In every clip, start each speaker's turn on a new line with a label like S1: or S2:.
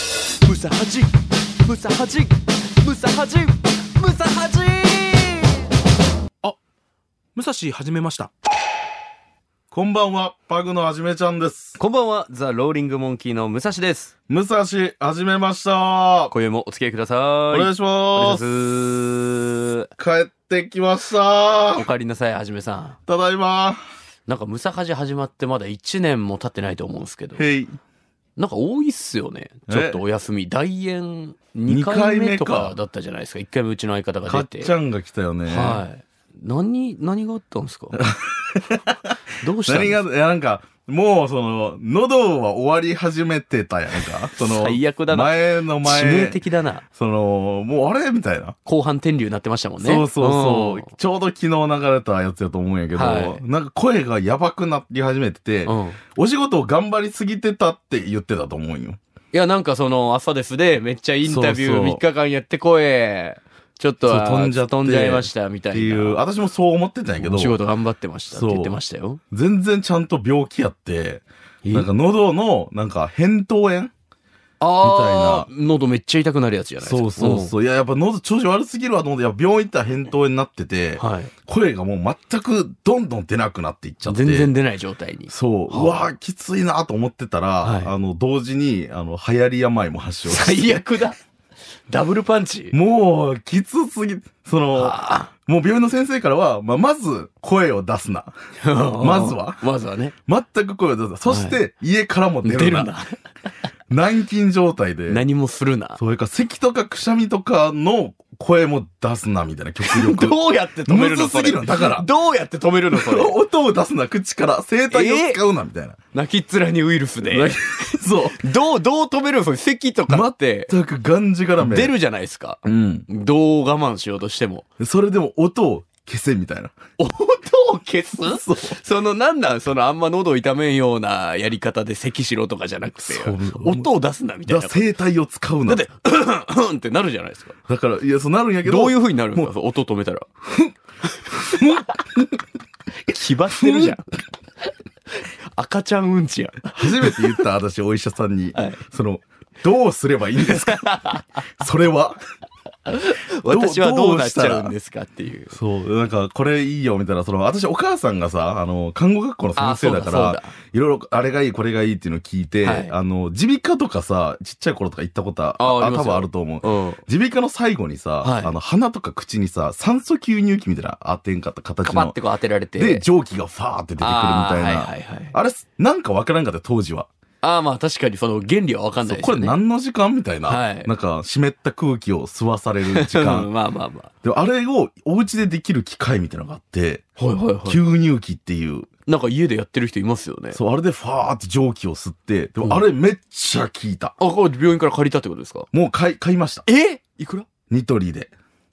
S1: サハジムサハジムサハジムサハジ
S2: 武蔵始めました
S3: こんばんは、パグのはじめちゃんです。
S4: こんばんは、ザ・ローリング・モンキーの武蔵です。
S3: 武蔵、はじめました。
S4: 今宵もお付き合いください。
S3: お願いします。
S4: お願いします。
S3: 帰ってきました
S4: お。帰りなさい、はじめさん。
S3: ただいま。
S4: なんか、ムサハジ始まってまだ1年も経ってないと思うんですけど、
S3: へい。
S4: なんか多いっすよね。
S3: え
S4: ちょっとお休み、大演2回目とかだったじゃないですか。1回目うちの相方
S3: か
S4: が
S3: っ
S4: 出て。
S3: ちゃんが来たよね。
S4: はい。何、何があったんですか どうしたん
S3: 何
S4: です
S3: が、
S4: か
S3: いや、なんか、もう、その、喉は終わり始めてたやん か。その、
S4: 最悪だな
S3: 前の前。
S4: 致命的だな。
S3: その、もうあれみたいな。
S4: 後半天竜になってましたもんね。
S3: そうそうそう、
S4: ん
S3: ちょうど昨日流れたやつやと思うんやけど、
S4: はい
S3: なんか声がやばくなり始めてて、
S4: うん。
S3: お仕事を頑張りすぎてたって言ってたと思うんよ。
S4: いや、なんかその、朝ですで、めっちゃインタビ
S3: そう
S4: ュー
S3: そう
S4: 3日間やってこえ、ちょっと
S3: そう
S4: は
S3: 飛んじゃって
S4: 飛んじゃいました、みた
S3: っ
S4: い
S3: て
S4: な。
S3: いう、私もそう思ってたんやけど
S4: お、仕事頑張ってましたって
S3: そう
S4: 言ってましたよ。
S3: 全然ちゃんと病気やって、
S4: え
S3: なんか喉の、なんか扁桃炎
S4: あー、喉めっちゃ痛くなるやつじゃないです
S3: そ
S4: か。
S3: うそうそう。いや、やっぱ喉調子悪すぎるわと思って、いや病院行ったら扁桃炎になって
S4: う
S3: て、
S4: ん。はい。
S3: 声がもう全くどんどん出なくなっていっちゃって。
S4: 全然出ない状態に。
S3: そう。うわーきついなと思ってたら、
S4: はい
S3: あの、同時に、あの、流行り病も発症して。
S4: 最悪だ。ダブルパンチ。
S3: もう、きつすぎ、その、
S4: あ
S3: もう病院の先生からは、まあ、まず、声を出 すな。
S4: ー
S3: まずは
S4: まずはね。
S3: 全く声を出すな。そして、家からも出
S4: 出
S3: る
S4: る
S3: な。
S4: な。
S3: 軟禁状態で。
S4: 何もするな。
S3: それから、咳とかくしゃみとかの声も出すな、みたいな、極 力。
S4: どうやって止めるの
S3: むずすぎ
S4: そ
S3: るの
S4: れ
S3: だから
S4: どうやって止めるのそ れ。
S3: 音を出すな、口から、声帯を使うな、みたいな。
S4: 泣きっ面にウイルスで。
S3: そう。
S4: どう、どう止めるのそれ咳とかって、
S3: 全くがんじがらめ。
S4: 出。るじゃないですか。
S3: うん。
S4: どう我慢しようとしても。
S3: それでも音を消せ、みたいな。
S4: 音を消す
S3: そう。
S4: そのなんなんそのあんま喉を痛めんようなやり方で咳しろとかじゃなくて
S3: そう、
S4: 音を出すなみたい
S3: だ
S4: な。だ
S3: 声帯を使うな。
S4: っ
S3: だ
S4: て、うんうんってなるじゃないですか。
S3: から、いや、そうなるんやけど。
S4: どういう風になるんですか音止め たら。 気張ってるじゃん。 赤ちゃんうんちやん。
S3: 初めて言った私、お医者さんに、
S4: はい
S3: その、どうすればいいんですか それは。
S4: 私はどうなっちゃうんですかっていう。
S3: そう、なんか、これいいよ、みたいな、その、私、お母さんがさ、あの、看護学校の先生だか
S4: あそうだ
S3: ら
S4: そうだ、
S3: いろいろ、あれがいい、これがいいっていうのを聞いて、
S4: はい
S3: あの、耳鼻科とかさ、ちっちゃい頃とか行ったことは、
S4: あありますよ
S3: 多分あると思う。
S4: うん。
S3: 耳鼻科の最後にさ、
S4: はい
S3: あの、鼻とか口にさ、酸素吸入器みたいな当てんかった形
S4: カパ
S3: の
S4: っ、てこう当てられて。
S3: で、蒸気がファーって出てくるみ
S4: あー
S3: たいな。あ,、
S4: はいはいはい。
S3: れ、なんかわからんかった、当時は。
S4: ああ、まあ確かにその原理はわかんない
S3: そう
S4: です
S3: こ
S4: よ
S3: れ
S4: ね。
S3: 何の時間みたいな、
S4: はい
S3: なんか湿った空気を吸わされる時
S4: う
S3: 間
S4: んまあまあま
S3: であれをお家でできる機械みたいなのがあって、
S4: あ。はいはいはい。
S3: 吸入器っていう
S4: なんか家でやってる人いますよね。
S3: そうあれでファーって蒸気を吸ってで
S4: うん
S3: もあれめっちゃ効いた、
S4: あ、これ病院から借りたってことですか
S3: もう買い買いました
S4: えいくら
S3: ニトリで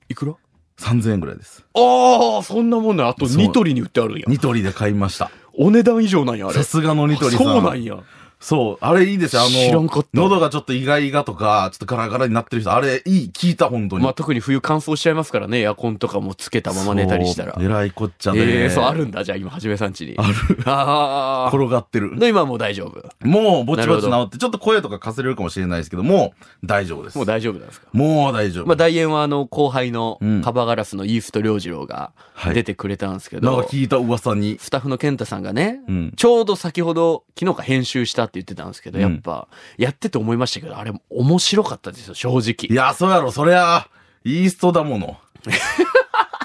S4: いくら
S3: 3000円ぐらいです
S4: ああ、そんなもんな。あと
S3: そう
S4: ニトリに売ってあるんや。
S3: ニトリで買いました
S4: お値段以上なんや、あれ。
S3: さすがのニトリさん
S4: そうなんや。
S3: そうあれいいですよあ
S4: 知らん
S3: の
S4: かった
S3: 喉がちょっと意外がとかちょっとガラガラになってる人あれいい効いた本当に
S4: まあ特に冬乾燥しちゃいますからね。エアコンとかもつけたまま寝たりしたら
S3: そう。えらいこっちゃね
S4: ええ、そう、あるんだ。じゃあ今、はじめさんちに。ある。ああ。
S3: 転がってる
S4: で、今はもう大丈夫。
S3: もうぼちぼち
S4: なる
S3: 治って、ちょっと声とかかせれるかもしれないですけど、もう大丈夫です。
S4: もう大丈夫なんですか
S3: もう大丈夫。
S4: まあ、大円はあの、後輩の
S3: うん、
S4: カバガラスのイースト良次郎が
S3: はい
S4: 出てくれたんですけ
S3: なん
S4: ど、
S3: か聞いた噂に。
S4: スタッフの健太さんがね、
S3: うん。
S4: ちょうど先ほど、昨日か編集したって言ってたんですけど、
S3: うん
S4: やっぱ、やってて思いましたけど、あれ、面白かったですよ、正
S3: い
S4: 直。
S3: や、そうやろ、そりゃ、イーストだ もの。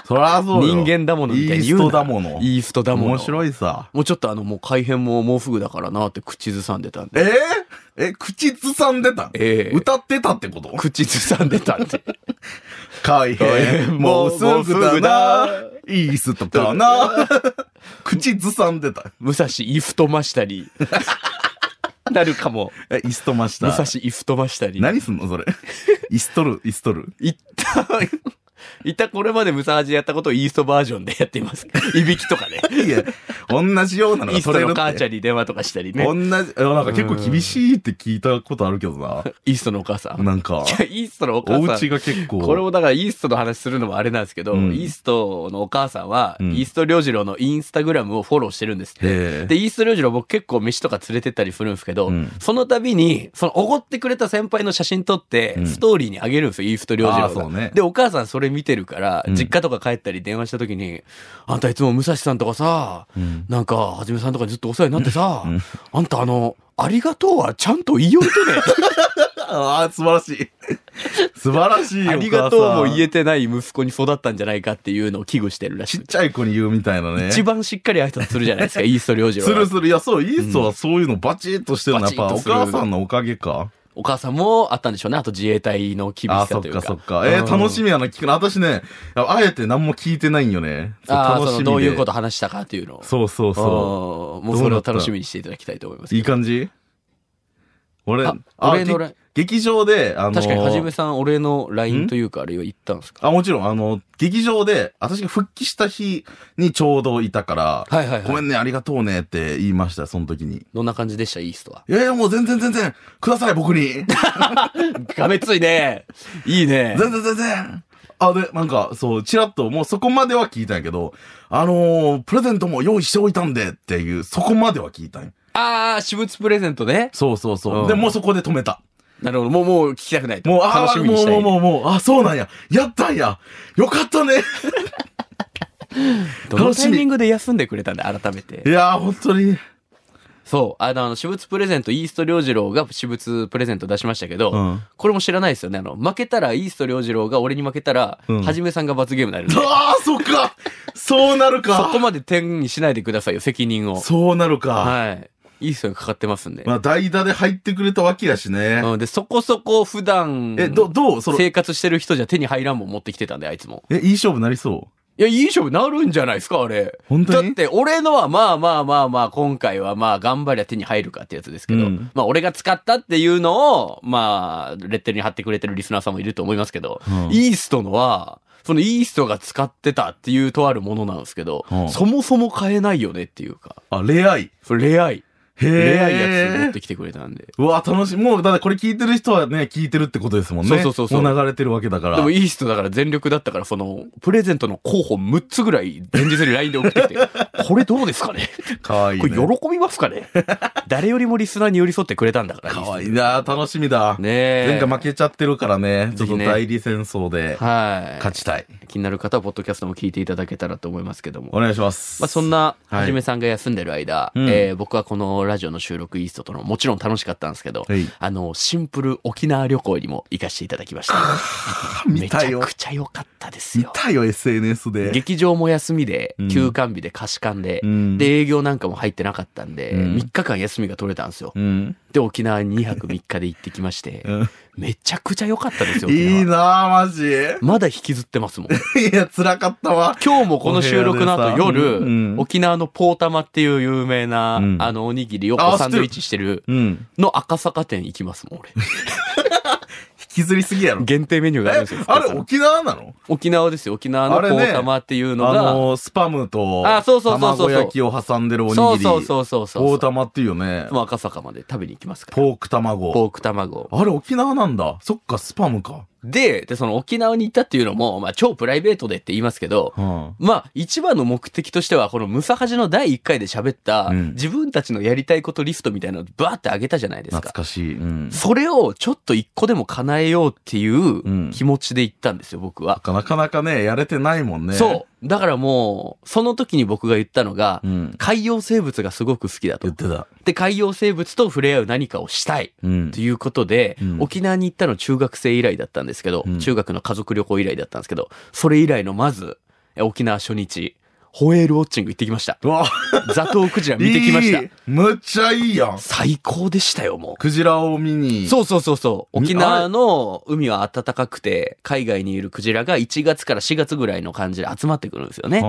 S3: そりゃそうよ。
S4: 人間だものみたいに言う
S3: イ
S4: な。
S3: ーストだもの。
S4: イーストだもの。
S3: 面白いさ。
S4: もうちょっとあの、もう改変ももうすぐだからなって口ずさんで たん
S3: え
S4: で。
S3: ー、え、口ずさんでたん
S4: ええ
S3: 歌ってたってこと
S4: 口ずさんでたんで。
S3: 海兵、もうすぐだな。イーストかな。 口ずさんでた。
S4: 武蔵イフトマしたり。 なるかも。
S3: え、イストまし
S4: 武
S3: た
S4: 蔵。イフトマしたり。
S3: 何すんのそれ。イストル、イストル。
S4: 一旦、一旦これまでムサハジやったことをイーストバージョンでやってい ます。いびきとかね。
S3: いや、同じようなの
S4: イー
S3: が
S4: スト
S3: 取れる
S4: の
S3: って。
S4: 母ちゃんに電話とかしたりね。
S3: 同じ、なんか結構厳しいって聞いたことあるけど な。
S4: イーストのお母さん。
S3: なんか
S4: い、や、イーストのお母さ
S3: お
S4: ん。
S3: 家が結構。
S4: これもだからイーストの話するのもあれなんですけど、
S3: うん
S4: イーストのお母さんは、
S3: うん
S4: イースト良次郎のインスタグラムをフォローしてるんですって。
S3: へ
S4: で、イースト良次郎僕結構飯とか連れてったりするんですけど、
S3: うん
S4: その度に、そのおごってくれた先輩の写真撮って
S3: う、ん
S4: ストーリーにあげるんですよ、イースト良次
S3: あーそ
S4: 郎が、
S3: うね
S4: で、お母さんそれ見てるから、
S3: うん
S4: 実家とか帰ったり電話した時に、あんたいつも武蔵さんとかさ、
S3: うん
S4: なんか、はじめさんとかにずっとお世話になってさ、あんたあの、ありがとうはちゃんと言いよるとね。
S3: ああ、素晴らし い。素晴らしいよ。
S4: ありがとうも言
S3: え。
S4: えてない息子に育ったんじゃないかっていうのを危惧してるらし
S3: ちっ
S4: い。
S3: ちゃい子に言うみたいなね。
S4: 一番しっかり挨拶するじゃないです か、イースト良次郎
S3: す
S4: は。
S3: るする。いや、そう、イーストはそういうのバチッとしてるの、やっぱ
S4: バチッ
S3: お
S4: とする
S3: 母さんのおかげか。
S4: お母さんもあったんでしょうね。あと自衛隊の厳し
S3: あー、そ
S4: さ
S3: っ
S4: というか。
S3: かそっか。えー、楽しみやな、聞くの。私ね、あえて何も聞いてないんよね。そう
S4: ああ、
S3: 楽し
S4: その
S3: みで。
S4: どういうこと話したかっていうのを。
S3: そうそうそ
S4: あーもうそれを楽しみにしていただきたいと思います
S3: う。いい感じ俺、
S4: あ
S3: あ
S4: 俺の
S3: げ
S4: ライン
S3: 劇場で、あのー、
S4: 確かにはじめさん俺の LINE というかあれは言ったんですか
S3: あ、もちろん、あの、劇場で、私が復帰した日にちょうどいたか
S4: は
S3: ら、
S4: いはいはい
S3: ごめんね、ありがとうねって言いました、その時に。
S4: どんな感じでしたイーストは
S3: いやいや、もう全然全然、ください、僕に。
S4: がめつい ねいいね
S3: 全然全然。あ、で、なんか、そう、ちらっと、もうそこまでは聞いたんやけど、あのープレゼントも用意しておいたんでっていう、そこまでは聞いたんや。
S4: ああ私物プレゼントね
S3: そうそうそう。
S4: うん
S3: で、もうそこで止めた。
S4: なるほどもうもう聞きたくないと
S3: もう、あ
S4: 楽し
S3: あ、
S4: みに
S3: も
S4: し
S3: う
S4: たい
S3: もう
S4: ね
S3: もうもう、あ、そうなんや。やったんや。よかったね。
S4: どのタイミングで休んでくれたんだ改めて
S3: いやー、本当に。
S4: そう。あの、あの私物プレゼント、イースト良次郎が私物プレゼント出しましたけど、
S3: うん
S4: これも知らないですよね。あの、負けたら、イースト良次郎が俺に負けたら、
S3: うん
S4: はじめさんが罰ゲームになるん で。そ
S3: ああ、そっか。そうなるか。
S4: こまで点にしないでくださいよ、責任を。
S3: そうなるか。
S4: はい。イーストがかかってますんで。
S3: まあ、代打で入ってくれたわけやしね。
S4: うん、で、そこそこ普段、
S3: え、ど、どうその、え、
S4: 生活してる人じゃ手に入らんもん持ってきてたんで、あいつも。
S3: いい勝負なりそう。
S4: いや、いい勝負なるんじゃないですか、あれ。
S3: 本当に
S4: だって、俺のはまあまあまあまあ、今回はまあ、頑張りゃ手に入るかってやつですけど、
S3: うん
S4: まあ、俺が使ったっていうのを、まあ、レッテルに貼ってくれてるリスナーさんもいると思いますけど、
S3: うん
S4: イーストのは、そのイーストが使ってたっていうとあるものなんですけど、
S3: うん
S4: そもそも買えないよねっていうか、
S3: あ、レアイ。
S4: それレアい。
S3: へえ。
S4: レアいやつ持ってきてくれたんで。
S3: うわ、楽しい。もう、だってこれ聞いてる人はね、聞いてるってことですもんね。
S4: そうそうそうそう
S3: もう流れてるわけだから。
S4: でもイーストだから全力だったから、その、プレゼントの候補6つぐらい前日に LINE で送ってきて、これどうですかね
S3: かわいい、
S4: こ
S3: ね。
S4: れ喜びますか ね誰よりもリスナーに寄り添ってくれたんだから。
S3: かわいいな楽しみだ。
S4: ねえ。
S3: 前回負けちゃってるからね、ち
S4: ぜ
S3: ょっ
S4: ひ
S3: と
S4: ね
S3: 代理戦争で
S4: はい。
S3: 勝ちたい。
S4: 気になる方は、ポッドキャストも聞いていただけたらと思いますけども。
S3: お願いします。
S4: まあ、そんな、
S3: はい
S4: はじめさんが休んでる間、
S3: うん
S4: えー僕はこのラジオの収録イーストとの、もちろん楽しかったんですけど、
S3: はい
S4: あの、シンプル沖縄旅行にも行かせていただきました。
S3: あ、
S4: め ち
S3: 見た
S4: ゃ
S3: よ。
S4: くちゃ良かったです
S3: 見
S4: よ。
S3: たよ、SNS で。
S4: 劇場も休みで
S3: うん、
S4: 休館日で貸し館で、
S3: うん
S4: で、営業なんかも入ってなかったんで、
S3: うん
S4: 3日間休みが取れたんですよ
S3: う。ん。
S4: で、沖縄に2泊3日で行ってきまして、
S3: うん
S4: めちゃくちゃ良かったですよ。沖縄
S3: いいなぁ、マジ。 い
S4: まだ引きずってますもん。
S3: や、辛かったわ。
S4: 今日もこの収録の後
S3: お部屋でさ
S4: 夜、
S3: うんうん
S4: 沖縄のポータマっていう有名な、
S3: うん
S4: あのおにぎりを
S3: あ
S4: こう
S3: 知
S4: サ
S3: ってる
S4: ンドイッチしてる
S3: うん。引
S4: の赤坂店行きますもん、 俺。
S3: きずりすぎやろ。
S4: 限定メニューがあるん
S3: え
S4: ですよ。
S3: あ
S4: 深
S3: れ
S4: さん
S3: 沖縄なの
S4: 沖縄ですよ。沖縄の
S3: あ
S4: ポ
S3: れね
S4: ータマっていう
S3: あ
S4: のが、
S3: のー、スパムと、
S4: あそうそうそうそうそう
S3: 卵焼きを挟んでるおにぎり。
S4: そうそうそうそうそう。
S3: 大玉っていうよね。
S4: もう赤坂まで食べに行きますから。
S3: ポーク卵。
S4: ポーク卵。
S3: あれ沖縄なんだ。そっか、スパムか。
S4: で、で、その沖縄に行ったっていうのも、まあ超プライベートでって言いますけど、
S3: うん。
S4: まあ、一番の目的としては、このムサハジの第1回で喋った、
S3: うん
S4: 自分たちのやりたいことリストみたいなのをバーって上げたじゃないです
S3: 懐
S4: か。
S3: かしい。うん。
S4: それをちょっと一個でも叶えようっていうん気持ちで行ったんですよ、僕は。
S3: なかなかね、やれてないもんね。
S4: そう。だからもう、その時に僕が言ったのが、
S3: うん。
S4: 海洋生物がすごく好きだと
S3: 言っ。てた。
S4: で、海洋生物と触れ合う何かをしたい。
S3: うん
S4: と。いうことで、
S3: うん
S4: 沖縄に行ったの中学生以来だったんですけど、
S3: うん
S4: 中学の家族旅行以来だったんですけど、それ以来のまず、え沖縄初日、ホエールウォッチング行ってきました。
S3: うわ、
S4: ザトウクジラ見てきました
S3: い。いむっちゃいいやん。
S4: 最高でしたよ、もう。
S3: クジラを見に。
S4: そうそうそうそう。
S3: み
S4: 沖縄の海は暖かくて、海外にいるクジラが1月から4月ぐらいの感じで集まってくるんですよね。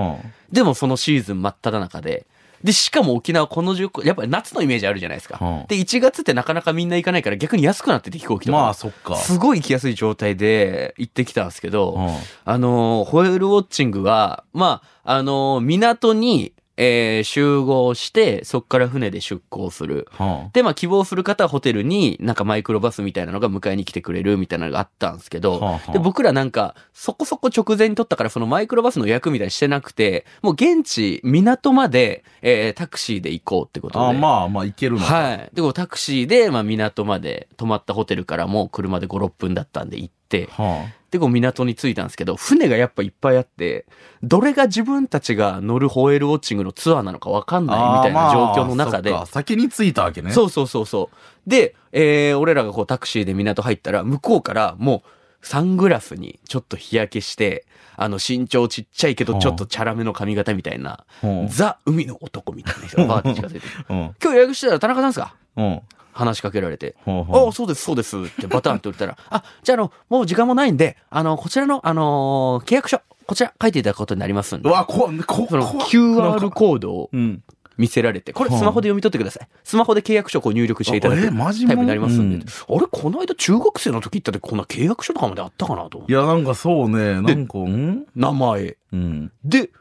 S3: う
S4: でもそのシーズン真っ只中で、で、しかも沖縄この10個、やっぱり夏のイメージあるじゃないですか。
S3: うん
S4: で、1月ってなかなかみんな行かないから逆に安くなってて飛行機とか。
S3: まあ、そっか。
S4: すごい行きやすい状態で行ってきたんですけど、
S3: うん
S4: あのー、ホエールウォッチングは、まあ、あのー、港に、えー集合して、そこから船で出港する。
S3: うん
S4: で、まあ、希望する方はホテルになんかマイクロバスみたいなのが迎えに来てくれるみたいなのがあったんですけど、
S3: はあはあ
S4: で、僕らなんか、そこそこ直前に取ったから、そのマイクロバスの予約みたいにしてなくて、もう現地、港まで、えータクシーで行こうってことで。
S3: あまあまあ、いけるのか。
S4: はい。で、こうタクシーで、まあ、港まで、泊まったホテルからも車で5、6分だったんで行って、
S3: は
S4: で、こう港に着いたんですけど、船がやっぱいっぱいあって、どれが自分たちが乗るホエールウォッチングのツアーなのかわかんない
S3: あ
S4: みたいな
S3: あ
S4: 状
S3: まあ
S4: 況の中で
S3: そっ、か先に着いたわけね。
S4: そうそうそうそう。で、えー俺らがこうタクシーで港入ったら、向こうからもうサングラスにちょっと日焼けして、あの身長ちっちゃいけどちょっとチャラめの髪型みたいな、
S3: うん。
S4: ザ・海の男みたいな人がバーって近づいて、
S3: うん。
S4: 今日予約してたら田中さんですか
S3: うん。
S4: 話しかけられて、
S3: ほう
S4: あ
S3: ほ
S4: あ、そうです、そうですってバタンって言ったら、 あ、じゃああの、もう時間もないんで、あの、こちらの、あのー契約書、こちら書いていただくことになりますん
S3: う。う
S4: で。
S3: わ、こ、こ、
S4: その
S3: こ
S4: QR コードを
S3: うん。
S4: 見せられて、これスマホで読み取ってください。スマホで契約書をこう入力していただく
S3: あえマジも
S4: タイプになりますんで。
S3: うん
S4: あれ、この間中学生の時行った時こんな契約書とかまであったかなと思って。
S3: いや、なんかそうね、なんか、うん
S4: 名前。
S3: うん。
S4: で、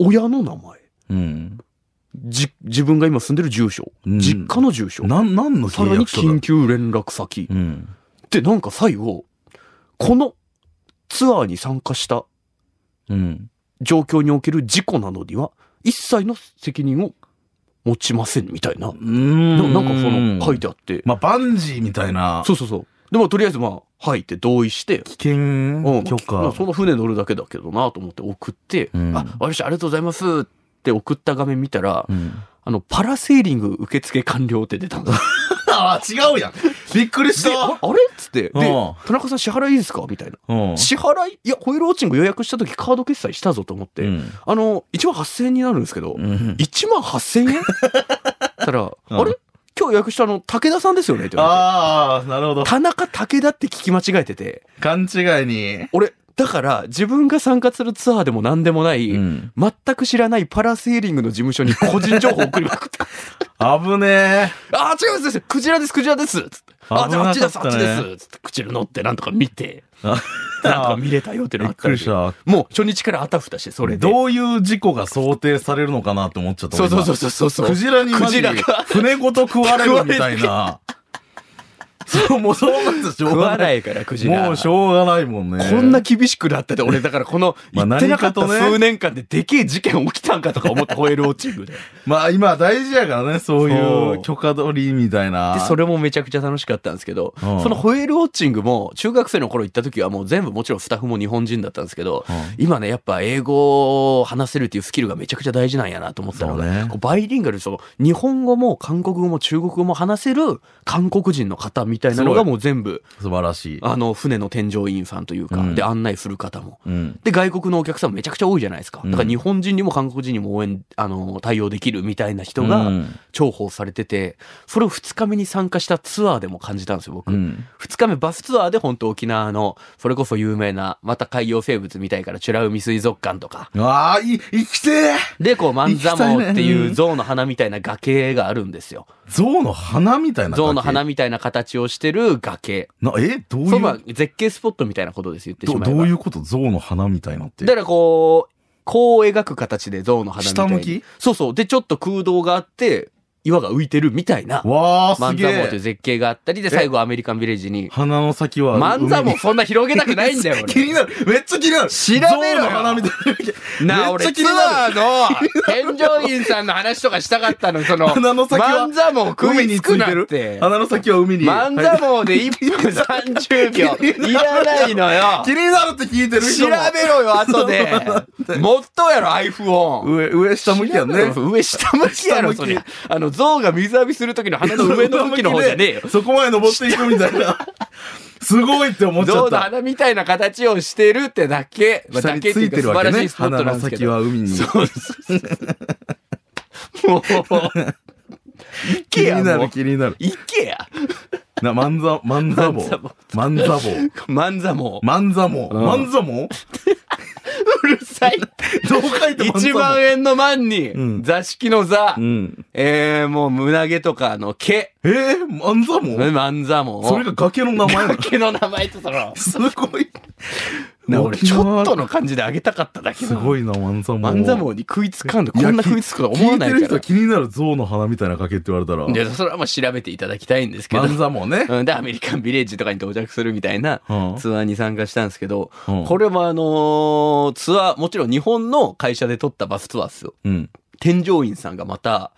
S4: 親の名前。
S3: うん。
S4: じ、自分が今住んでる住所。
S3: うん
S4: 実家の住所。
S3: なん、なんの
S4: さ
S3: 契
S4: らに
S3: 約書だ
S4: 緊急連絡先。
S3: うん。
S4: で、なんか最後、このツアーに参加した
S3: うん。
S4: 状況における事故などには、一切の責任を持ちませんみたいな。
S3: うーん
S4: でもなんかその書いてあって。
S3: まあ、バンジーみたいな。
S4: そうそうそう。でもとりあえずまあ、はいって同意して、
S3: 危険
S4: うん
S3: 許
S4: ま
S3: 可
S4: あ。その船乗るだけだけどなと思って送って、
S3: うん
S4: あ、わかりました、ありがとうございますって送った画面見たら、
S3: うん。
S4: あの、パラセーリング受付完了って出たんだ。
S3: あ、違うやん。びっくりし
S4: で、あ
S3: た。
S4: あれっつって、で
S3: うん、
S4: 田中さん支払いいいですかみたいな。
S3: うん。
S4: 支払いいや、ホイールウォッチング予約した時カード決済したぞと思って、
S3: うん
S4: あの、1万8000円になるんですけど、
S3: うん。
S4: 1万8000円 たら、
S3: ん
S4: あれ今日予約したあの、武田さんですよねって言わ
S3: ああ、なるほ
S4: れ
S3: ど
S4: て。。田中武田って聞き間違えてて、
S3: 勘違いに。
S4: 俺、だから自分が参加するツアーでも何でもない、
S3: うん
S4: 全く知らないパラセーリングの事務所に個人情報送りま くって、
S3: 危ねえ。
S4: あー、違います違います、クジラです、クジラですつって、あ、じゃああっち
S3: 危
S4: で
S3: なか
S4: す、あ
S3: った
S4: っち
S3: ね
S4: ですつって、クジラ乗ってなんとか見て、
S3: あ
S4: なんとか見れたよって
S3: び
S4: な
S3: っ
S4: った
S3: く
S4: んで
S3: りした。
S4: もう初日からあたふたして、それで。
S3: どういう事故が想定されるのかなって思っちゃった。
S4: そうそうそううそうそうそう。
S3: クジラにマジ
S4: クジラが
S3: 船ごと食われるみた いな。そう、もうそうなんですしょう
S4: 食
S3: が
S4: わ
S3: な。
S4: ないいから、クジラ。
S3: もうしょうがないもんね。
S4: こんな厳しくなってて、俺だからこの、
S3: まあ
S4: 言ってなかった
S3: 何かとね
S4: 数年間ででけえ事件起きたんかとか思って、ホエールウォッチングで。 で、
S3: まあ今大事やからね、そういう許可取りみたいな。
S4: それもめちゃくちゃ楽しかったんですけど、
S3: うん
S4: そのホエールウォッチングも、中学生の頃行った時はもう全部もちろんスタッフも日本人だったんですけど、
S3: う
S4: 今ね、やっぱ英語を話せるっていうスキルがめちゃくちゃ大事なんやなと思ったのが、
S3: そうね
S4: こうバイリンガル、その、日本語も韓国語も中国語も話せる韓国人の方みたいなの
S3: すご
S4: が
S3: い
S4: もう全部、
S3: 素晴らしい。
S4: あの、船の添乗員さんというか、
S3: うん
S4: で、案内する方も。
S3: うん。
S4: で、外国のお客さんめちゃくちゃ多いじゃないですか。
S3: うん
S4: だから日本人にも韓国人にも応援、あの、対応できるみたいな人が
S3: うん
S4: 重宝されてて、それを2日目に参加したツアーでも感じたんですよ、僕。
S3: う
S4: 二
S3: ん。
S4: 2日目バスツアーで本当沖縄の、それこそ有名な、また海洋生物みたいから美ら海水族館とか、
S3: ああ、い、生きてえ
S4: で、こう万座
S3: 行きたい
S4: 毛
S3: ね
S4: っていう象の花みたいな崖があるんですよ。
S3: 象の鼻みたいな。
S4: 象の花
S3: な、
S4: みたいな形をしてる崖。
S3: えどうい
S4: そうまあ
S3: う、
S4: 絶景スポットみたいなことです、言ってし
S3: ど
S4: まえば。
S3: どういうこと象の花みたいなって。
S4: だからこう、こう描く形で象の花みたいに
S3: 下向き
S4: そうそう。で、ちょっと空洞があって、岩が浮いてるみたいな、
S3: わあ、
S4: マ
S3: す
S4: ン
S3: げ
S4: ザモという
S3: え。
S4: 絶景があったりで、最後アメリカンビレッジに、
S3: 鼻の先は
S4: マ
S3: 海
S4: ン
S3: に。
S4: ザモそんな広げたくないんだよ、
S3: 気
S4: 俺。
S3: になる。めっちゃ気になる。
S4: 調べろよ
S3: 象の花みたいな。
S4: なあ、
S3: めっち
S4: 俺、
S3: ゃ気
S4: ツ
S3: にな
S4: ア
S3: る。
S4: ーの、添乗員さんの話とかしたかったの、その、
S3: 鼻の先は
S4: マンザモを食
S3: 海
S4: い
S3: に
S4: つ
S3: つ
S4: く
S3: い
S4: な
S3: て
S4: っ
S3: る
S4: て。
S3: 鼻の先は海に。
S4: マンザモで1分30秒。いらないのよ
S3: 気。になるって聞いてる
S4: 調
S3: 人も
S4: べろよ、後 で。もっとやろ、iPhone。
S3: 上、上下向きやんね。
S4: 上下向きやろ、
S3: 下
S4: そ
S3: 向き
S4: りゃ。あの、象が水浴びする時の鼻の上の向きの方じゃねえよ。
S3: そこまで登っていくみたい な。すごいって思っちゃ
S4: 象
S3: っ
S4: の
S3: た。
S4: 鼻みたいな形をしてるってだけ。まあ
S3: 下
S4: だ
S3: に
S4: けって
S3: つ
S4: いう
S3: い
S4: か
S3: てる
S4: 素
S3: わ
S4: 晴ら
S3: け
S4: しい
S3: ね。
S4: スポット
S3: 鼻
S4: なん
S3: の
S4: ですけ
S3: 先
S4: ど。
S3: は海に。
S4: そうそうそう。もう、行
S3: 気
S4: けや、
S3: にな
S4: も
S3: る
S4: う。
S3: 気になる。
S4: 行けや。
S3: な、マンザ、マンザボ。マンザボ。
S4: 万座も。
S3: マンザモ。マンザモ
S4: うるさいって。
S3: どう書いても
S4: 1万円の万に、
S3: うん
S4: 座敷の座、
S3: うん。
S4: えー、もう胸毛とかの毛、
S3: えー、漫才も
S4: 漫座も。
S3: それが崖の名前なの
S4: 毛の名前とそ の、
S3: すごい。
S4: な俺ちょっとの感じであげたかっただけ
S3: す
S4: なの
S3: ごいな、漫才も。
S4: 万座網に食いつかんでこんな食いつくとは思わない
S3: 聞いて
S4: か
S3: る人
S4: ら
S3: は。気になる象の鼻みたいな崖って言われたら。
S4: でそれはもう調べていただきたいんですけど。
S3: 漫才もね。
S4: うん、でアメリカンビレッジとかに到着するみたいな
S3: うん
S4: ツアーに参加したんですけど、
S3: うん
S4: これもあのーツアーもちろん日本の会社で撮ったバスツアーっすよ
S3: うん。
S4: 添乗員さんがまた、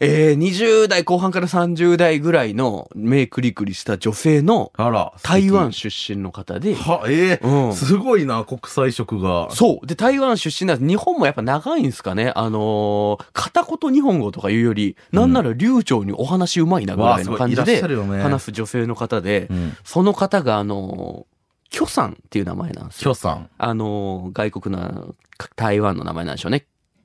S4: えー、20代後半から30代ぐらいの目クリクリした女性の
S3: あら。
S4: 台湾出身の方で
S3: 素敵。は、え
S4: う
S3: ー、
S4: ん
S3: すごいな、国際色が。
S4: そう。で、台湾出身なんです。日本もやっぱ長いんですかね。あのー片言日本語とかいうより、なんなら流暢にお話うまいなぐらいの感じ
S3: わあすご
S4: で
S3: いいらっしゃるよね
S4: 話す女性の方で
S3: う、ん。
S4: その方があのー、キョさんっていう名前なんですよ。
S3: 許さん。
S4: あのー外国の、か台湾の名前なんでしょうね。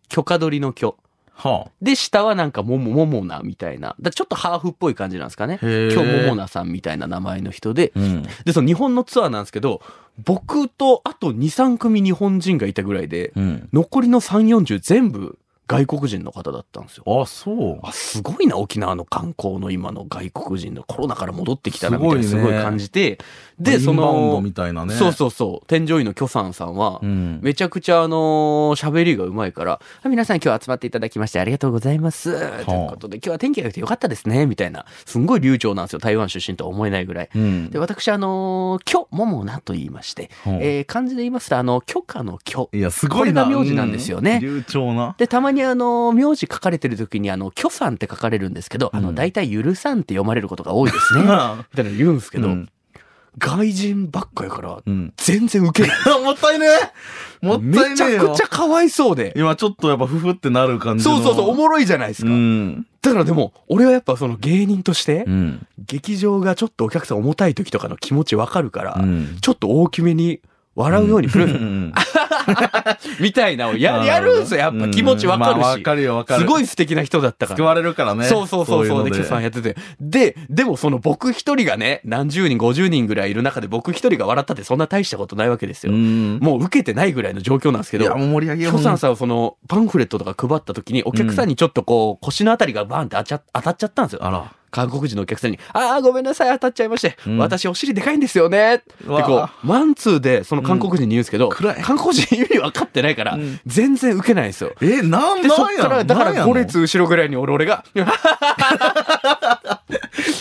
S4: 許可取りの許。
S3: は
S4: で、下はなんかももももなみたいな。だちょっとハーフっぽい感じなんですかね。
S3: へー
S4: 今日ももなさんみたいな名前の人で
S3: あ。。うん。
S4: で、その日本のツアーなんですけど、僕とあと2、3組日本人がいたぐらいで、
S3: うん。
S4: 残りの3、40全部外国人の方だったんですよ。
S3: あ、そう。
S4: あ、すごいな、沖縄の観光の今の外国人のコロナから戻ってきたな、
S3: す
S4: みた
S3: ご
S4: い
S3: い
S4: な
S3: ね
S4: すごい感じて。で、
S3: イ
S4: そ
S3: ンバウンド
S4: の、
S3: みたいなね。
S4: そうそうそう、添乗員の許さんさんは
S3: う、ん。
S4: めちゃくちゃあのー喋りがうまいから、あ皆さん今日集まっていただきましてありがとうございます。ということで、今日は天気が良くてよかったですね、みたいな。すんごい流暢なんですよ、台湾出身とは思えないぐらい。
S3: うん
S4: で、。私、あのー、許ももなと言いまして、
S3: うん
S4: えー漢字で言いますと、あの、許可の許。
S3: いや、すごいな。
S4: これが名字なんですよね
S3: うん流暢な。
S4: で、たまにあの、名字書かれてる時にあの、許さんって書かれるんですけど、あ
S3: う
S4: の、
S3: ん
S4: 大体ゆるさんって読まれることが多い ですね。みたいなの言うんですけど、
S3: うん
S4: 外人ばっかやから、
S3: うん。
S4: 全然ウケない。
S3: もったいねえもったい
S4: めち
S3: ねえ
S4: ゃ
S3: よ。
S4: くちゃかわいそうで。
S3: 今ちょっとやっぱふふってなる感じの。
S4: そうそうそう、おもろいじゃないですか。
S3: うん。
S4: だからでも、俺はやっぱその芸人として
S3: う、ん。
S4: 劇場がちょっとお客さん重たい時とかの気持ちわかるから、
S3: うん
S4: ちょっと大きめに笑うように振る、
S3: うん
S4: みたいなをや
S3: うん
S4: やるんすよ、やっぱ気持ちわかる
S3: うんまあわ
S4: し。
S3: かるよ、わかる。
S4: すご
S3: い。
S4: い素敵な人だったから
S3: 救。われるからね。
S4: そうそうそうそう
S3: い
S4: で
S3: の
S4: キョさんやっててででもその僕一人がね何十人50人ぐらいいる中で僕一人が笑ったってそんな大したことないわけです
S3: う
S4: よ、
S3: ん。
S4: もう受けてないぐらいの状況なんですけ
S3: いや、
S4: ど
S3: もう盛り上げ
S4: キ
S3: よう。
S4: ョさんさんはそのパンフレットとか配った時にお客さんにちょっとこう腰のあたりがバンって当たっ当たっちゃったんですよ
S3: あら。
S4: 韓国人のお客さんに「ああごめんなさい当たっちゃいまして、
S3: うん
S4: 私お尻でかいんですよね」って
S3: うわ
S4: こうマンツーでその韓国人に言うんですけど、
S3: 暗い
S4: 韓国人意味分かってないから
S3: うん
S4: 全然受けないんですよ。
S3: え、なん
S4: で、そ
S3: な
S4: っ
S3: ん
S4: か
S3: や
S4: ら、
S3: ろ
S4: だか
S3: なんや
S4: ら
S3: ろ
S4: 5列後ろぐらいに俺俺が、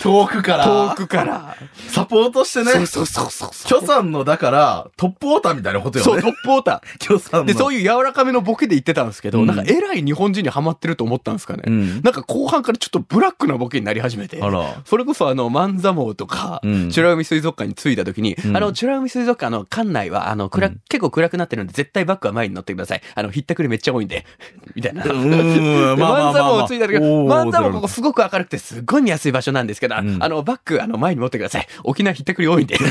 S3: 遠くから。
S4: 遠くから。
S3: サポートしてね。
S4: そうそうそうそ
S3: キョさんの、だから、トップウォーターみたいなこと
S4: う。そ
S3: よ
S4: う、
S3: ね。
S4: トップウォータ
S3: キョさ
S4: ー。
S3: ん の。
S4: で、そういう柔らかめのボケで言ってたんですけど、
S3: うん
S4: なんか偉い日本人にはまってると思ったんですかね。
S3: うん
S4: なんか後半からちょっとブラックなボケになり始めて。
S3: あ ら。
S4: それこそあの、万座網とか、
S3: うん
S4: 美ら海水族館に着いた時に、
S3: うん
S4: あの、美ら海水族館の館内は、あの、暗、結構暗くなってるんで、絶対バックは前に乗ってください。あの、ひったくりめっちゃ多いんで、 みたいな。
S3: うーん、まあま
S4: 万
S3: あま
S4: 座
S3: あ、ま
S4: も
S3: あ。
S4: ついた時、
S3: おー
S4: 万座もここすごく明るくて、すっごい見やすい場所なんですけど、あ
S3: うん
S4: あの、バッグ、あの、前に持ってください。沖縄ひったくり多いんで。ひ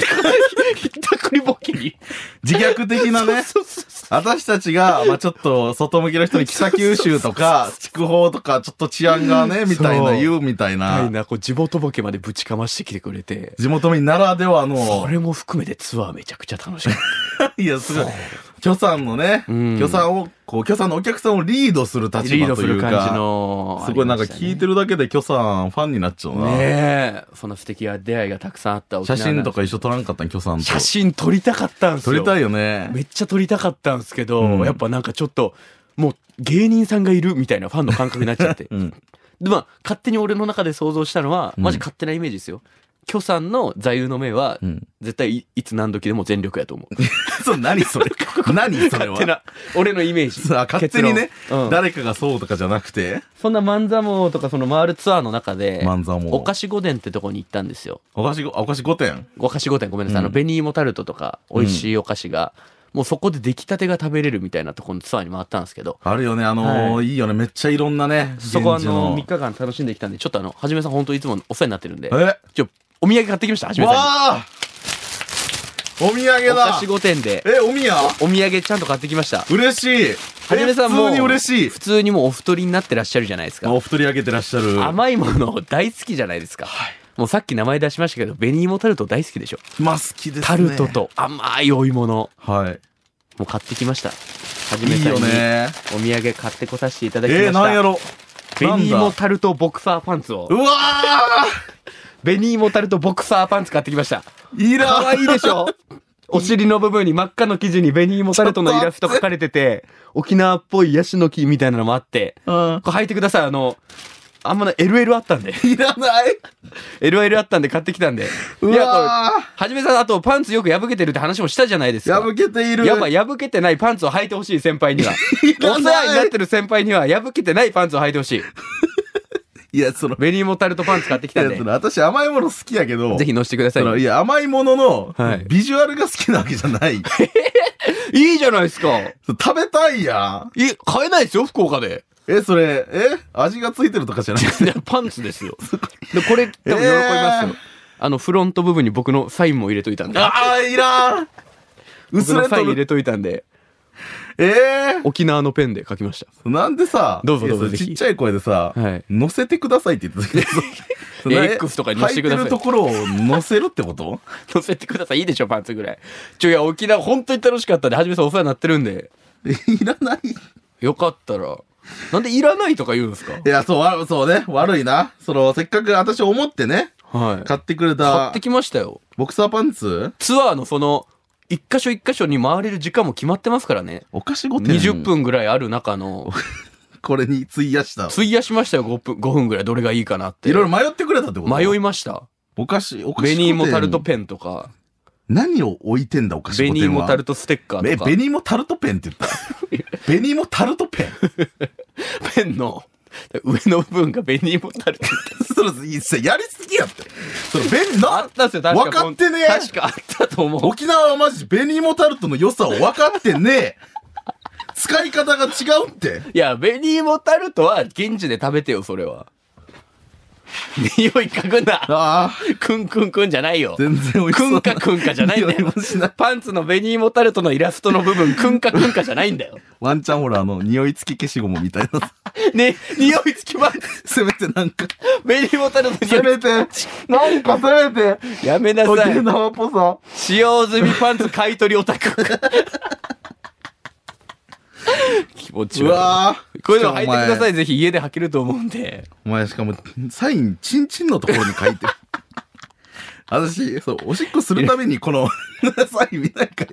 S4: ったくりボケに。
S3: 自虐的な ね。
S4: そうそうそ
S3: 私たちが、まあちょっと、外向きの人に北九州とか、筑豊とか、ちょっと治安がね、みたいな
S4: そう。
S3: 言うみたいう
S4: みた。
S3: ない
S4: な、こう、地元ボケまでぶちかましてきてくれて。
S3: 地元民ならでは
S4: そ
S3: の、
S4: れも含めてツアーめちゃくちゃ楽し かっ
S3: いや、すごい。許さんのね、
S4: うん
S3: 許さんを、こう、許さんのお客さんをリードする
S4: た。
S3: 立
S4: リー
S3: 場
S4: ドす
S3: とい
S4: る
S3: う
S4: 感じ
S3: か、
S4: の。
S3: すごいなんか聞いて
S4: る。
S3: るだけで許さんファンになっちゃうな。
S4: ねえ。その素敵な出会いがたくさんあった沖
S3: 写
S4: 縄なんで
S3: 真とか一緒撮らんかったん、許さんと。
S4: 写真撮りたかったんです
S3: 撮
S4: よ。
S3: りたい よね。
S4: めっちゃ撮りたかったんですけど、
S3: うん
S4: やっぱなんかちょっと、もう芸人さんがいるみたいなファンの感覚になっちゃって。
S3: うん。
S4: で、まあ、勝手に俺の中で想像したのは、
S3: うん
S4: マジ勝手なイメージですよ。巨さんの座右の銘は、
S3: うん。
S4: 絶対いいつ何時でも全力やと思う。
S3: そう、何それ 何それ
S4: 勝手
S3: は
S4: な、俺のイメージ。
S3: そうあ勝手にね
S4: 結、論うん
S3: 誰かがそうとかじゃなくて、
S4: そんな万座網とかその回るツアーの中で、
S3: 漫才も。
S4: お菓子御殿ってとこに行ったんですよ。
S3: お菓子ご、あお菓子5点。
S4: お菓子御殿ごめんなさい。あの、
S3: うん
S4: 紅芋タルトとか、美味しいお菓子が、もうそこで出来たてが食べれるみたいなとこのツアーに回ったんですけど、
S3: あるよね、あのー、
S4: はい
S3: いよね、めっちゃいろんなね、
S4: そこはあ
S3: 現地の
S4: の、3日間楽しんできたんで、ちょっとあの、はじめさん本当いつもお世話になってるんで、
S3: え
S4: ちょ、お土産買ってきました、はじめさんに。
S3: わあお土産
S4: お菓
S3: だ
S4: 子御殿で、
S3: え、おみや
S4: お土産ちゃんと買ってきました。
S3: 嬉しい
S4: はじめさんも
S3: え普通に嬉し
S4: 普通にもうお太りになってらっしゃるじゃないです
S3: い
S4: か。
S3: お太り上げてらっしゃる。
S4: 甘いもの大好きじゃないですか。もうさっき名前出しましたけど、紅芋タルト大好きでしょ。
S3: まあ好きですね。
S4: タルト。と甘いお芋の、
S3: はい。
S4: もう買ってきました。はじ
S3: い
S4: め
S3: い
S4: さん
S3: よ
S4: に
S3: ね。
S4: お土産買ってこさせていただきました。
S3: えー、なんやろ
S4: ベニー
S3: なん
S4: モ
S3: だ
S4: タルトボクサーパンツを
S3: う、わ
S4: ベニーモタルトボクサーパンツ買ってきました。
S3: ーいい
S4: 可
S3: な
S4: 愛いでしょ お尻の部分に真っ赤の生地にベニーモタルトのイラスト書かれてて、沖縄っぽいヤシの木みたいなのもあって、
S3: うん。
S4: これ履いてください。あの、あんまの LL あったんで。
S3: いらない。
S4: LL あったんで買ってきたんで。い
S3: い
S4: や、これ、
S3: や
S4: はじめさん、あとパンツよく破けてるって話もしたじゃないですか。
S3: 破けている。
S4: やっぱ破けてないパンツを履いて ほしい先輩には。お世
S3: ら
S4: 話
S3: ない
S4: になってる先輩には破けてないパンツを履いてほしい。
S3: いや、その、
S4: ベニーモタルトパンツ買ってきたん
S3: や
S4: で
S3: つ、な私甘いもの好きやけど、
S4: ぜひ乗せてくださ
S3: その
S4: い。
S3: いや、甘いものの
S4: はい、
S3: ビジュアルが好きなわけじゃない。
S4: いいじゃないですか。
S3: 食べたいやん。
S4: え、買えないですよ、福岡で。
S3: え、それ、え味がついてるとかじゃ なくて。
S4: いやパンツですよ。で、これ、多分喜びますよ。あの、フロント部分に僕のサインも入れといたんで。
S3: ああ、いらん。
S4: 僕
S3: 薄
S4: の
S3: れ
S4: サイン
S3: と
S4: 入
S3: る。
S4: れといたんで、
S3: ええ
S4: 沖縄のペンで書きました。
S3: なんでさ、
S4: どうぞどうぞ
S3: いやそれ
S4: ぜ
S3: ち
S4: ひ
S3: っちゃい声でさ、
S4: はい
S3: 乗せてくださいって言ってたけど そんな。
S4: X とかに載せてください
S3: 履いてるところを乗せるってこと
S4: 乗せてください。いいでしょ、パンツぐらい。ちょ、いや、沖縄本当に楽しかったんで、はじめさんお世話になってるんで。
S3: いらない。い
S4: よかったら。なんでいらないとか言うんですか
S3: や、そう、わそうね。悪いな。その、せっかく私思ってね、
S4: はい。
S3: 買ってくれ
S4: 買
S3: た
S4: って、きましたよ。
S3: ボクサーパンツ
S4: ツアーのその、一箇所一箇所に回れる時間も決まってますからね。
S3: お菓子御殿。
S4: 20。分ぐらいある中の、
S3: これに費やした。
S4: 費やしましたよ、5分、5分ぐらい。どれがいいかなって。
S3: いろいろ迷ってくれたってこと
S4: 迷いました。
S3: お菓子、お菓子
S4: ベ
S3: 御殿。
S4: ニーモタルトペンとか、
S3: 何を置いてんだ、お菓子御
S4: ベ
S3: 殿は。
S4: ニーモタルトステッカー
S3: え、
S4: とか、
S3: ベニモタルトペンって言った。 ベニモタルトペン。
S4: ペンの上の部分がベニーモタルトって
S3: それ、いややりすぎやって。それ、ベニ、
S4: あ
S3: な
S4: っ、たんですよ、確か
S3: わかってねえ
S4: 確かあったと思う。
S3: 沖縄はマジベニモタルトの良さを分かってねえ。使い方が違うって。
S4: いや、ベニーモタルトは現地で食べてよ、それは。匂い嗅ぐな。
S3: ああ、
S4: くんくんくんじゃないよ。
S3: 全然美味し
S4: く
S3: そうんな。
S4: かくんかじゃないんだ
S3: 匂
S4: よ
S3: いもしない。
S4: パンツのベニーモタルトのイラストの部分、くんかくんかじゃないんだよ。
S3: ワンチャンほら、あの、匂い付き消しゴムみたいな。
S4: ね、匂いつきます。
S3: せめてなんか、
S4: ベニーモタルト
S3: せ
S4: の 匂い
S3: めて、なんかせめて、
S4: やめなさ
S3: 沖
S4: い。
S3: 縄っぽさ。
S4: 使用済みパンツ買い取りオタク。気持ち
S3: う
S4: 悪
S3: わ
S4: い。
S3: ー
S4: こういうの履いてくださ
S3: い。
S4: い。ぜひ家で履けると思うんで。
S3: お前しかも、サイン、チンチンのところに書いてる。 私、そう、おしっこするためにこの、 サイン見ないから。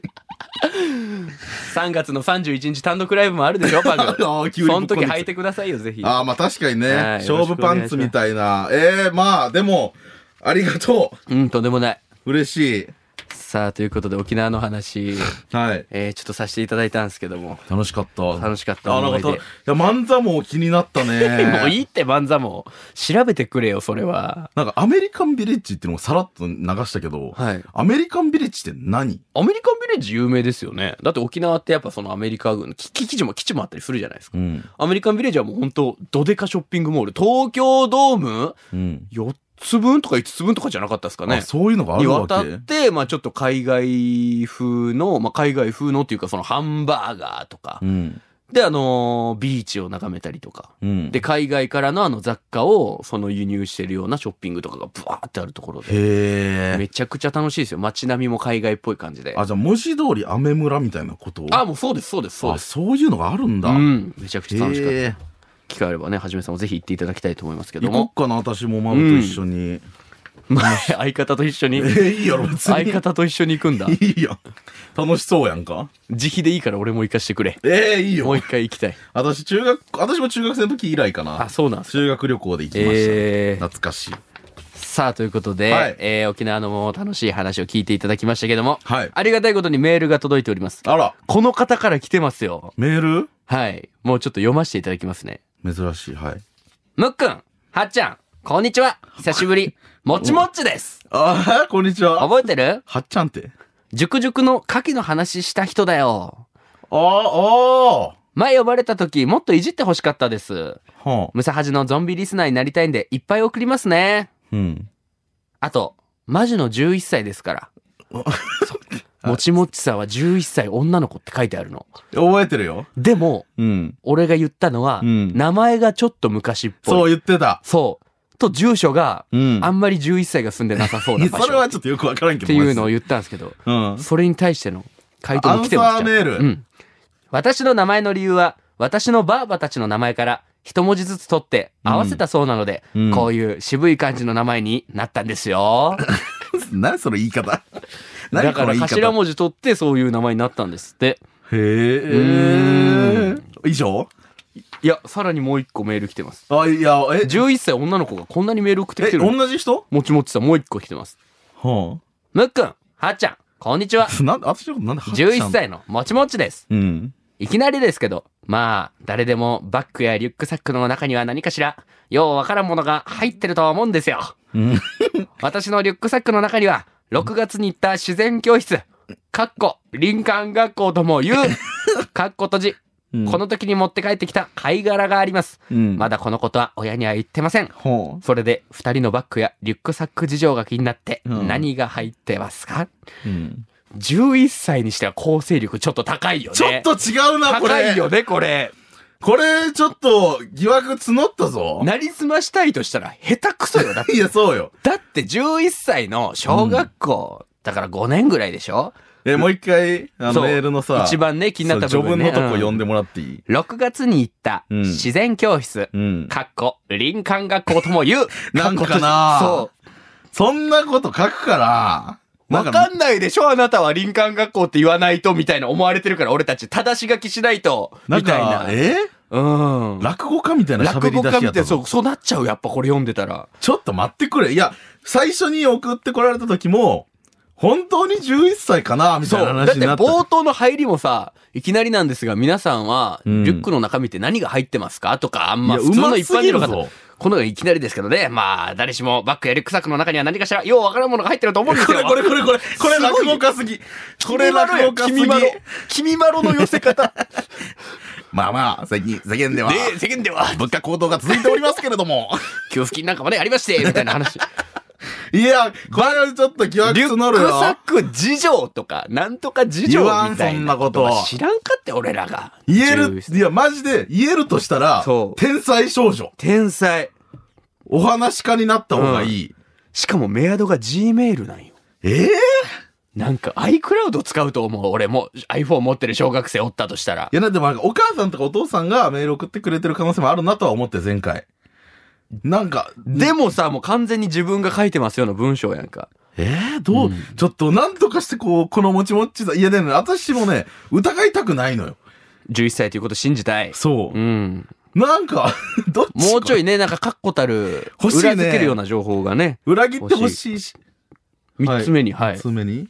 S4: 3月の31日単独ライブもあるでしょ、パグ。
S3: ああ急に
S4: その時
S3: ぶっこんできた
S4: 履いてくださいよ、ぜひ。
S3: ああ、まあ確かにね、
S4: はい
S3: 勝負パンツみたいな。ええまあでも、ありがと
S4: うん、とんでもない。
S3: う。嬉しい。
S4: さあ、ということで沖縄の話、
S3: はい。
S4: えー、ちょっとさせていただいたんですけども。
S3: 楽しかった。
S4: 楽しかった
S3: あ、な
S4: 思
S3: ん
S4: い
S3: か
S4: 出
S3: た、いや、漫才も気になったね。
S4: もういいって漫才も調べてくれよそれは
S3: なんかアメリカンビレッジっていうのをさらっと流したけど、
S4: はい
S3: アメリカンビレッジって何
S4: アメリカンビレッジ有名ですよねだって沖縄ってやっぱそのアメリカ軍き基地も基地もあったりするじゃないですか
S3: うん。
S4: アメリカンビレッジはもう本当どでかショッピングモール東京ドーム
S3: うん。
S4: 4つ分とか5つ分とかじゃなかったですかね
S3: あ、そういうのがあ
S4: に
S3: るわけ
S4: 渡って、まあちょっと海外風の、まあ海外風のっていうかそのハンバーガーとか
S3: う、ん。
S4: であのービーチを眺めたりとか、
S3: うん。
S4: で、海外からのあの雑貨をその輸入してるようなショッピングとかがブワーってあるところで。
S3: へえ。
S4: めちゃくちゃ楽しいですよ。街並みも海外っぽい感じで。
S3: あ、
S4: あ、
S3: じゃあ文字通りアメ村みたいなこと
S4: もうそうです、そうです、そう
S3: あ、
S4: です。
S3: そういうのがあるんだ。
S4: うん。めちゃくちゃ楽しかった。
S3: へえ。
S4: 機会あればね、はじめさんもぜひ行っていただきたいと思いますけど
S3: 行
S4: も。
S3: こっかな、私もマムと一緒に。
S4: 前、 相方と一緒 に
S3: え、ーいいやろ、別に。
S4: 相方と一緒に行くんだ。
S3: いいやん。楽しそうやんか。
S4: 自費でいいから俺も行かして くれ。
S3: ええいい
S4: もう
S3: よ。
S4: 一回行きたい。
S3: 私、中学、私も中学生の時以来かな
S4: あ、。そうなんです。
S3: 修学旅行で行きました。
S4: えー、
S3: 懐かしい。
S4: さあ、ということで、
S3: はい
S4: えー沖縄の楽しい話を聞いていただきましたけども、
S3: はい
S4: ありがたいことにメールが届いております。
S3: あら、
S4: この方から来てますよ。
S3: メー
S4: はい。もうちょっと読ませていただきますね。
S3: ル珍しい。はい。
S4: むっくん、はっちゃん、こんにちは。久しぶ り。もちもっちです。
S3: あ あ、こんにちは。
S4: 覚えてる
S3: はっちゃんって。
S4: 熟々の牡蠣の話した人だよ。
S3: ああ、あ
S4: 前呼ばれた時、もっといじってほしかったです。
S3: あ。はあ。
S4: ムサハジのゾンビリスナーになりたいんで、いっぱい送りますね。
S3: うん。
S4: あと、マジの11歳です から。そうもちもっちさんは11歳女の子って書いてあるの。
S3: 覚えてるよ。
S4: でも、
S3: うん。
S4: 俺が言ったのは、
S3: うん
S4: 名前がちょっと昔っぽい。
S3: そう言ってた。
S4: そう。と、住所が、
S3: うん。
S4: あんまり11歳が住んでなさそうない場
S3: や
S4: 所。
S3: それはちょっとよくわからんけ
S4: っ
S3: ど。
S4: ていうのを
S3: マジ
S4: 言ったんですけど、
S3: でうん。
S4: それに対しての回答も来てました。
S3: アンサーメール
S4: うん。私の名前の理由は、私のばあばたちの名前から一文字ずつ取って合わせたそうなので、
S3: うん
S4: こういう渋い感じの名前になったんですよ。
S3: 何その言い方
S4: だか
S3: 何この
S4: ら
S3: 言い
S4: 頭
S3: 方
S4: 文字取ってそういう名前になったんですって。
S3: へ
S4: う
S3: え以上
S4: いや、さらにもう一個メール来てます。
S3: あいやえ
S4: 11歳女の子がこんなにメール送ってき
S3: え
S4: てるの
S3: 同じ人
S4: もちもちさんもう一個来てます。
S3: は
S4: むっくん、はっちゃん、こんにちは。
S3: あなんで私のことなんで
S4: 11歳のもちもちです。
S3: うん
S4: いきなりですけど、まあ、誰でもバッグやリュックサックの中には何かしら、ようわからんものが入ってるとは思うんですよ。
S3: うん
S4: 私のリュックサックの中には、6月に行った自然教室、かっこ、林間学校とも言 う、かっこ閉じ、この時に持って帰ってきた貝殻があります。
S3: うん
S4: まだこのことは親には言ってません。
S3: ほ
S4: それで、二人のバッグやリュックサック事情が気になって、
S3: うん
S4: 何が入ってますか
S3: ううん
S4: 11歳にしては構成力ちょっと高いよね。
S3: ちょっと違うなこ
S4: 高
S3: れ
S4: いよね、これ。
S3: これちょっと疑惑募ったぞ
S4: なりすましたいとしたら下手くそよ。だって
S3: いやそうよ
S4: だって11歳の小学校、だから5年ぐらいでしょ
S3: えもう一回
S4: そう
S3: あのメールのさ
S4: 一番ね、気になった
S3: そう
S4: 部
S3: 序
S4: 分、
S3: 文
S4: ね。
S3: のとこ読ん
S4: で。
S3: でもらっていい
S4: 6月に行った
S3: うん
S4: 自然教室、
S3: うん
S4: かっこ、林間学校とも言う。
S3: なんかな
S4: かっこ
S3: そんなこと書くから
S4: そう。わ
S3: なん
S4: かんないでしょあなたは林間学校って言わないと、みたいな思われてるから、俺たち、正し書きしないと、
S3: な
S4: み
S3: ん
S4: たい
S3: か
S4: な。
S3: え
S4: うん。
S3: 落語家みたいな喋
S4: 落
S3: り
S4: 語
S3: 出
S4: 家
S3: しや
S4: み
S3: った
S4: い
S3: た
S4: な、
S3: ぞ
S4: そう、そうなっちゃう、やっぱこれ読んでたら。
S3: ちょっと待ってくれ。いや、最初に送ってこられた時も、本当に11歳かなみた
S4: そ
S3: いな
S4: う。だっ
S3: 話
S4: て
S3: になった。
S4: 冒頭の入りもさ、いきなりなんですが、皆さんは、
S3: うん
S4: リュックの中身って何が入ってますかとか、あんま
S3: いや
S4: 普通の一般人の
S3: うますぎる
S4: 方
S3: ぞ。
S4: このがいきなりですけどね。まあ、誰しもバッグやリュックサックの中には何かしら、ようわからんものが入ってると思うんです
S3: こ
S4: よ。
S3: れこれこれこれ、これ
S4: すご
S3: 落
S4: い
S3: 語家すぎ。こ
S4: 君
S3: れ
S4: まろ
S3: 落
S4: よ
S3: 語家すぎ
S4: 君。まろ君まろの寄せ方。
S3: まあまあ、最近、世間では、
S4: で、世間では、
S3: 物価高騰が続いておりますけれども。
S4: 給付金なんかもね、ありまして、みたいな話。
S3: いや、これはちょっと疑惑
S4: リュ
S3: 募
S4: ッ
S3: る
S4: クサッ
S3: よ。
S4: ク事情とか、なんとか事情みたいな。
S3: 言わんそんなこと
S4: 知らんかって、俺らが。
S3: 言える、
S4: 11
S3: いや、マジで言えるとしたら
S4: そ、う
S3: 天才少女。
S4: 天才。
S3: お話し家になった方がいい。
S4: しかもメアドが G メールなんよ。
S3: ええ
S4: なんか iCloud 使うと思う。俺も iPhone 持ってる小学生おったとしたら
S3: い。や、なんでもなんかお母さんとかお父さんがメール送ってくれてる可能性もあるなとは思って、前回。なんか、
S4: でもさ、もう完全に自分が書いてますよの文章やんか。
S3: えー、どう、ちょっと、なんとかしてこう、このもちもっちさ、いやでもね、私もね、疑いたくないのよ。
S4: 11歳ということ信じたい。
S3: そうう。
S4: ん。
S3: なんか、 どっち
S4: もうちょ
S3: い。
S4: いね、なんか確固たる、
S3: 欲しいね
S4: 裏付けるような情報がね。
S3: 裏切ってほしいし。
S4: 3つ目に、はい。
S3: 三つ目に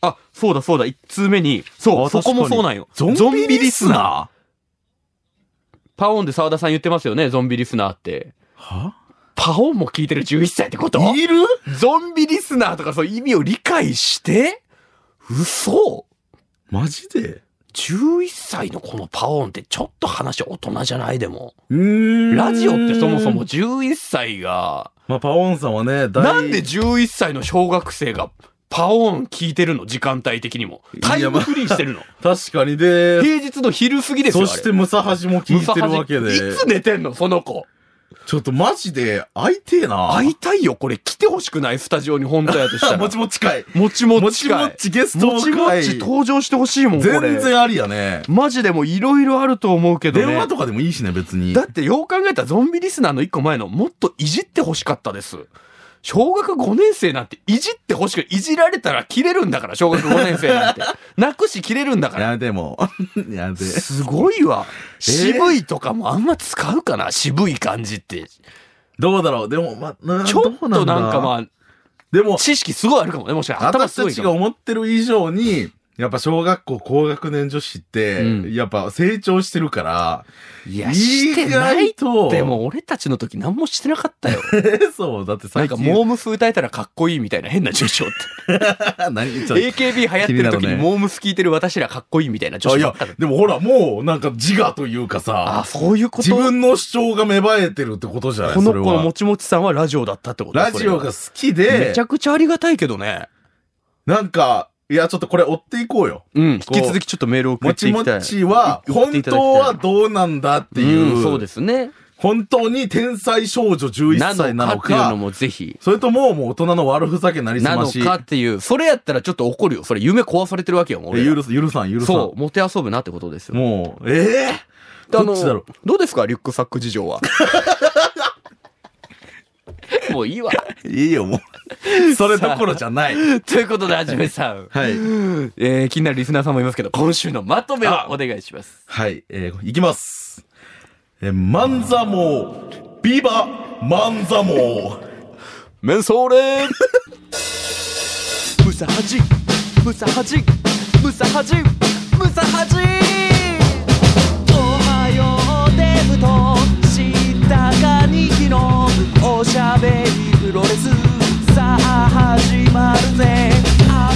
S4: あ、そうだそうだ、1通目に。そ
S3: あ
S4: う、そこも
S3: 確
S4: そう
S3: かに
S4: なんよ。
S3: ゾンビリス
S4: ー。
S3: ナ
S4: パオンで沢田さん言ってますよね、ゾンビリスナーって。
S3: ーは
S4: パオンも聞いてる11歳ってこと
S3: いる
S4: ゾンビリスナーとかそういう意味を理解して嘘
S3: マジで
S4: ?11 歳のこのパオンってちょっと話大人じゃないでも。
S3: うーん
S4: ラジオってそもそも。11歳が、
S3: まあ、パオンさんはね、大
S4: なんで11歳の小学生がパオン聞いてるの時間帯的にも。タイムフリーしてる の。
S3: 確かにで、
S4: 平日の昼過ぎですよ。
S3: そ
S4: あれ
S3: して、ムサハジも聞いてるわけで。
S4: いつ寝てんのその子。
S3: ちょっとマジで、会いてえな。
S4: 会いたいよ。これ来てほしくないスタジオに本当やと したら。
S3: もちもち会。
S4: もちも
S3: も
S4: ち
S3: ち
S4: 会
S3: もちゲスト
S4: もちも
S3: 会
S4: ち登場してほしいもん、これ。
S3: 全然ありやね。
S4: マジでもいろいろあると思うけどね。
S3: 電話とかでもいいしね、別に。
S4: だってよう考えたらゾンビリスナーの一個前のもっといじってほしかったです。小学5年生なんていじってほしくいじられたら切れるんだから、小学5年生なん て。泣くし切れるんだから。
S3: やめてもう。 やめて。
S4: すごいわ。
S3: えー
S4: 渋いとかもあんま使うかな渋い感じって。
S3: どうだろうでも、ま、な
S4: ちょっとなんか
S3: あ。
S4: ま
S3: で
S4: あ、
S3: も、
S4: 知識すごいあるかもね。もしかしたら頭
S3: 私
S4: すご
S3: た
S4: い
S3: ち
S4: か
S3: が
S4: も。
S3: 思ってる以上に、やっぱ小学校高学年女子って、
S4: うん
S3: やっぱ成長してるから、
S4: いや、してない
S3: 意外と、
S4: で、も俺たちの時何もしてなかったよ。
S3: そう、だって
S4: なん
S3: 最
S4: か
S3: 近、
S4: モームス歌えたらかっこいいみたいな変な女子おって。
S3: う、 何 ちょっと
S4: AKB 流行ってる時
S3: 気にな
S4: に
S3: るね
S4: モームス聞いてる私らかっこいいみたいな女
S3: あ
S4: 子
S3: い
S4: ば
S3: や
S4: っかだっ、た
S3: でもほら、もう、なんか自我というか
S4: あ
S3: さ、
S4: そういうこと
S3: 自分の主張が芽生えてるってことじゃない
S4: この
S3: そ
S4: 子
S3: れ
S4: の
S3: は
S4: もちもちさんはラジオだったってこと
S3: ラジオが好き
S4: それは
S3: で
S4: めち、ゃくちゃありがたいけどね。
S3: なんか、いや、ちょっとこれ追っていこうよ。
S4: うん。引
S3: こう
S4: き続きちょっとメールを送
S3: も
S4: って
S3: ち
S4: いき
S3: も
S4: たい。
S3: ちは、
S4: 送って
S3: 本
S4: いただきたい
S3: 当はどうなんだっていう、
S4: んそうですね。
S3: 本当に天才少女11歳な
S5: な
S3: の
S5: のかっていう
S3: か
S5: のもぜひ。
S3: それとももう大人の悪ふざけなりす
S5: な
S3: ま
S5: の
S3: し
S5: かっていう。それやったらちょっと怒るよ。それ夢壊されてるわけよ、もう俺ら
S3: 許す許さん許さん
S5: そう、モテ遊ぶなってことですよ。
S3: もうええ
S5: あ
S3: どっちだろ
S5: の、どうですかリュックサック事情は。 もういいわ。
S3: ういいよもう それどころじゃない
S5: ということで、はじめさん。
S3: はい
S5: えー気になるリスナーさんもいますけど、今週のまとめをお願いします。
S3: はい、えー、いきます。えー、マンザモー、ビバ、マンザモー。
S5: メンソーレ
S4: ムサハジムサハジムサハジムサハジおはようデブとしたかにきのおしゃべりプロレスさあ始まるぜ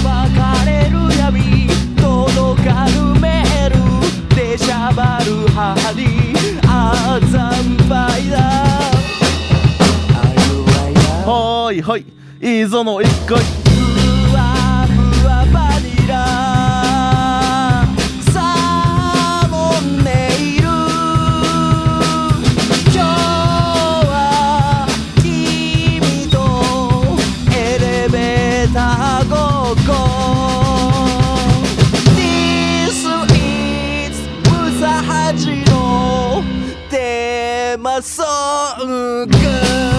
S4: 暴かれる闇届かぬメールでしゃばる母にあざんぱいだ
S3: はーい、はい。いいぞの一回。
S4: ふわふわバニラサーモンネイル今日は君とエレベーターごっこ This is ムサハジのテーマソング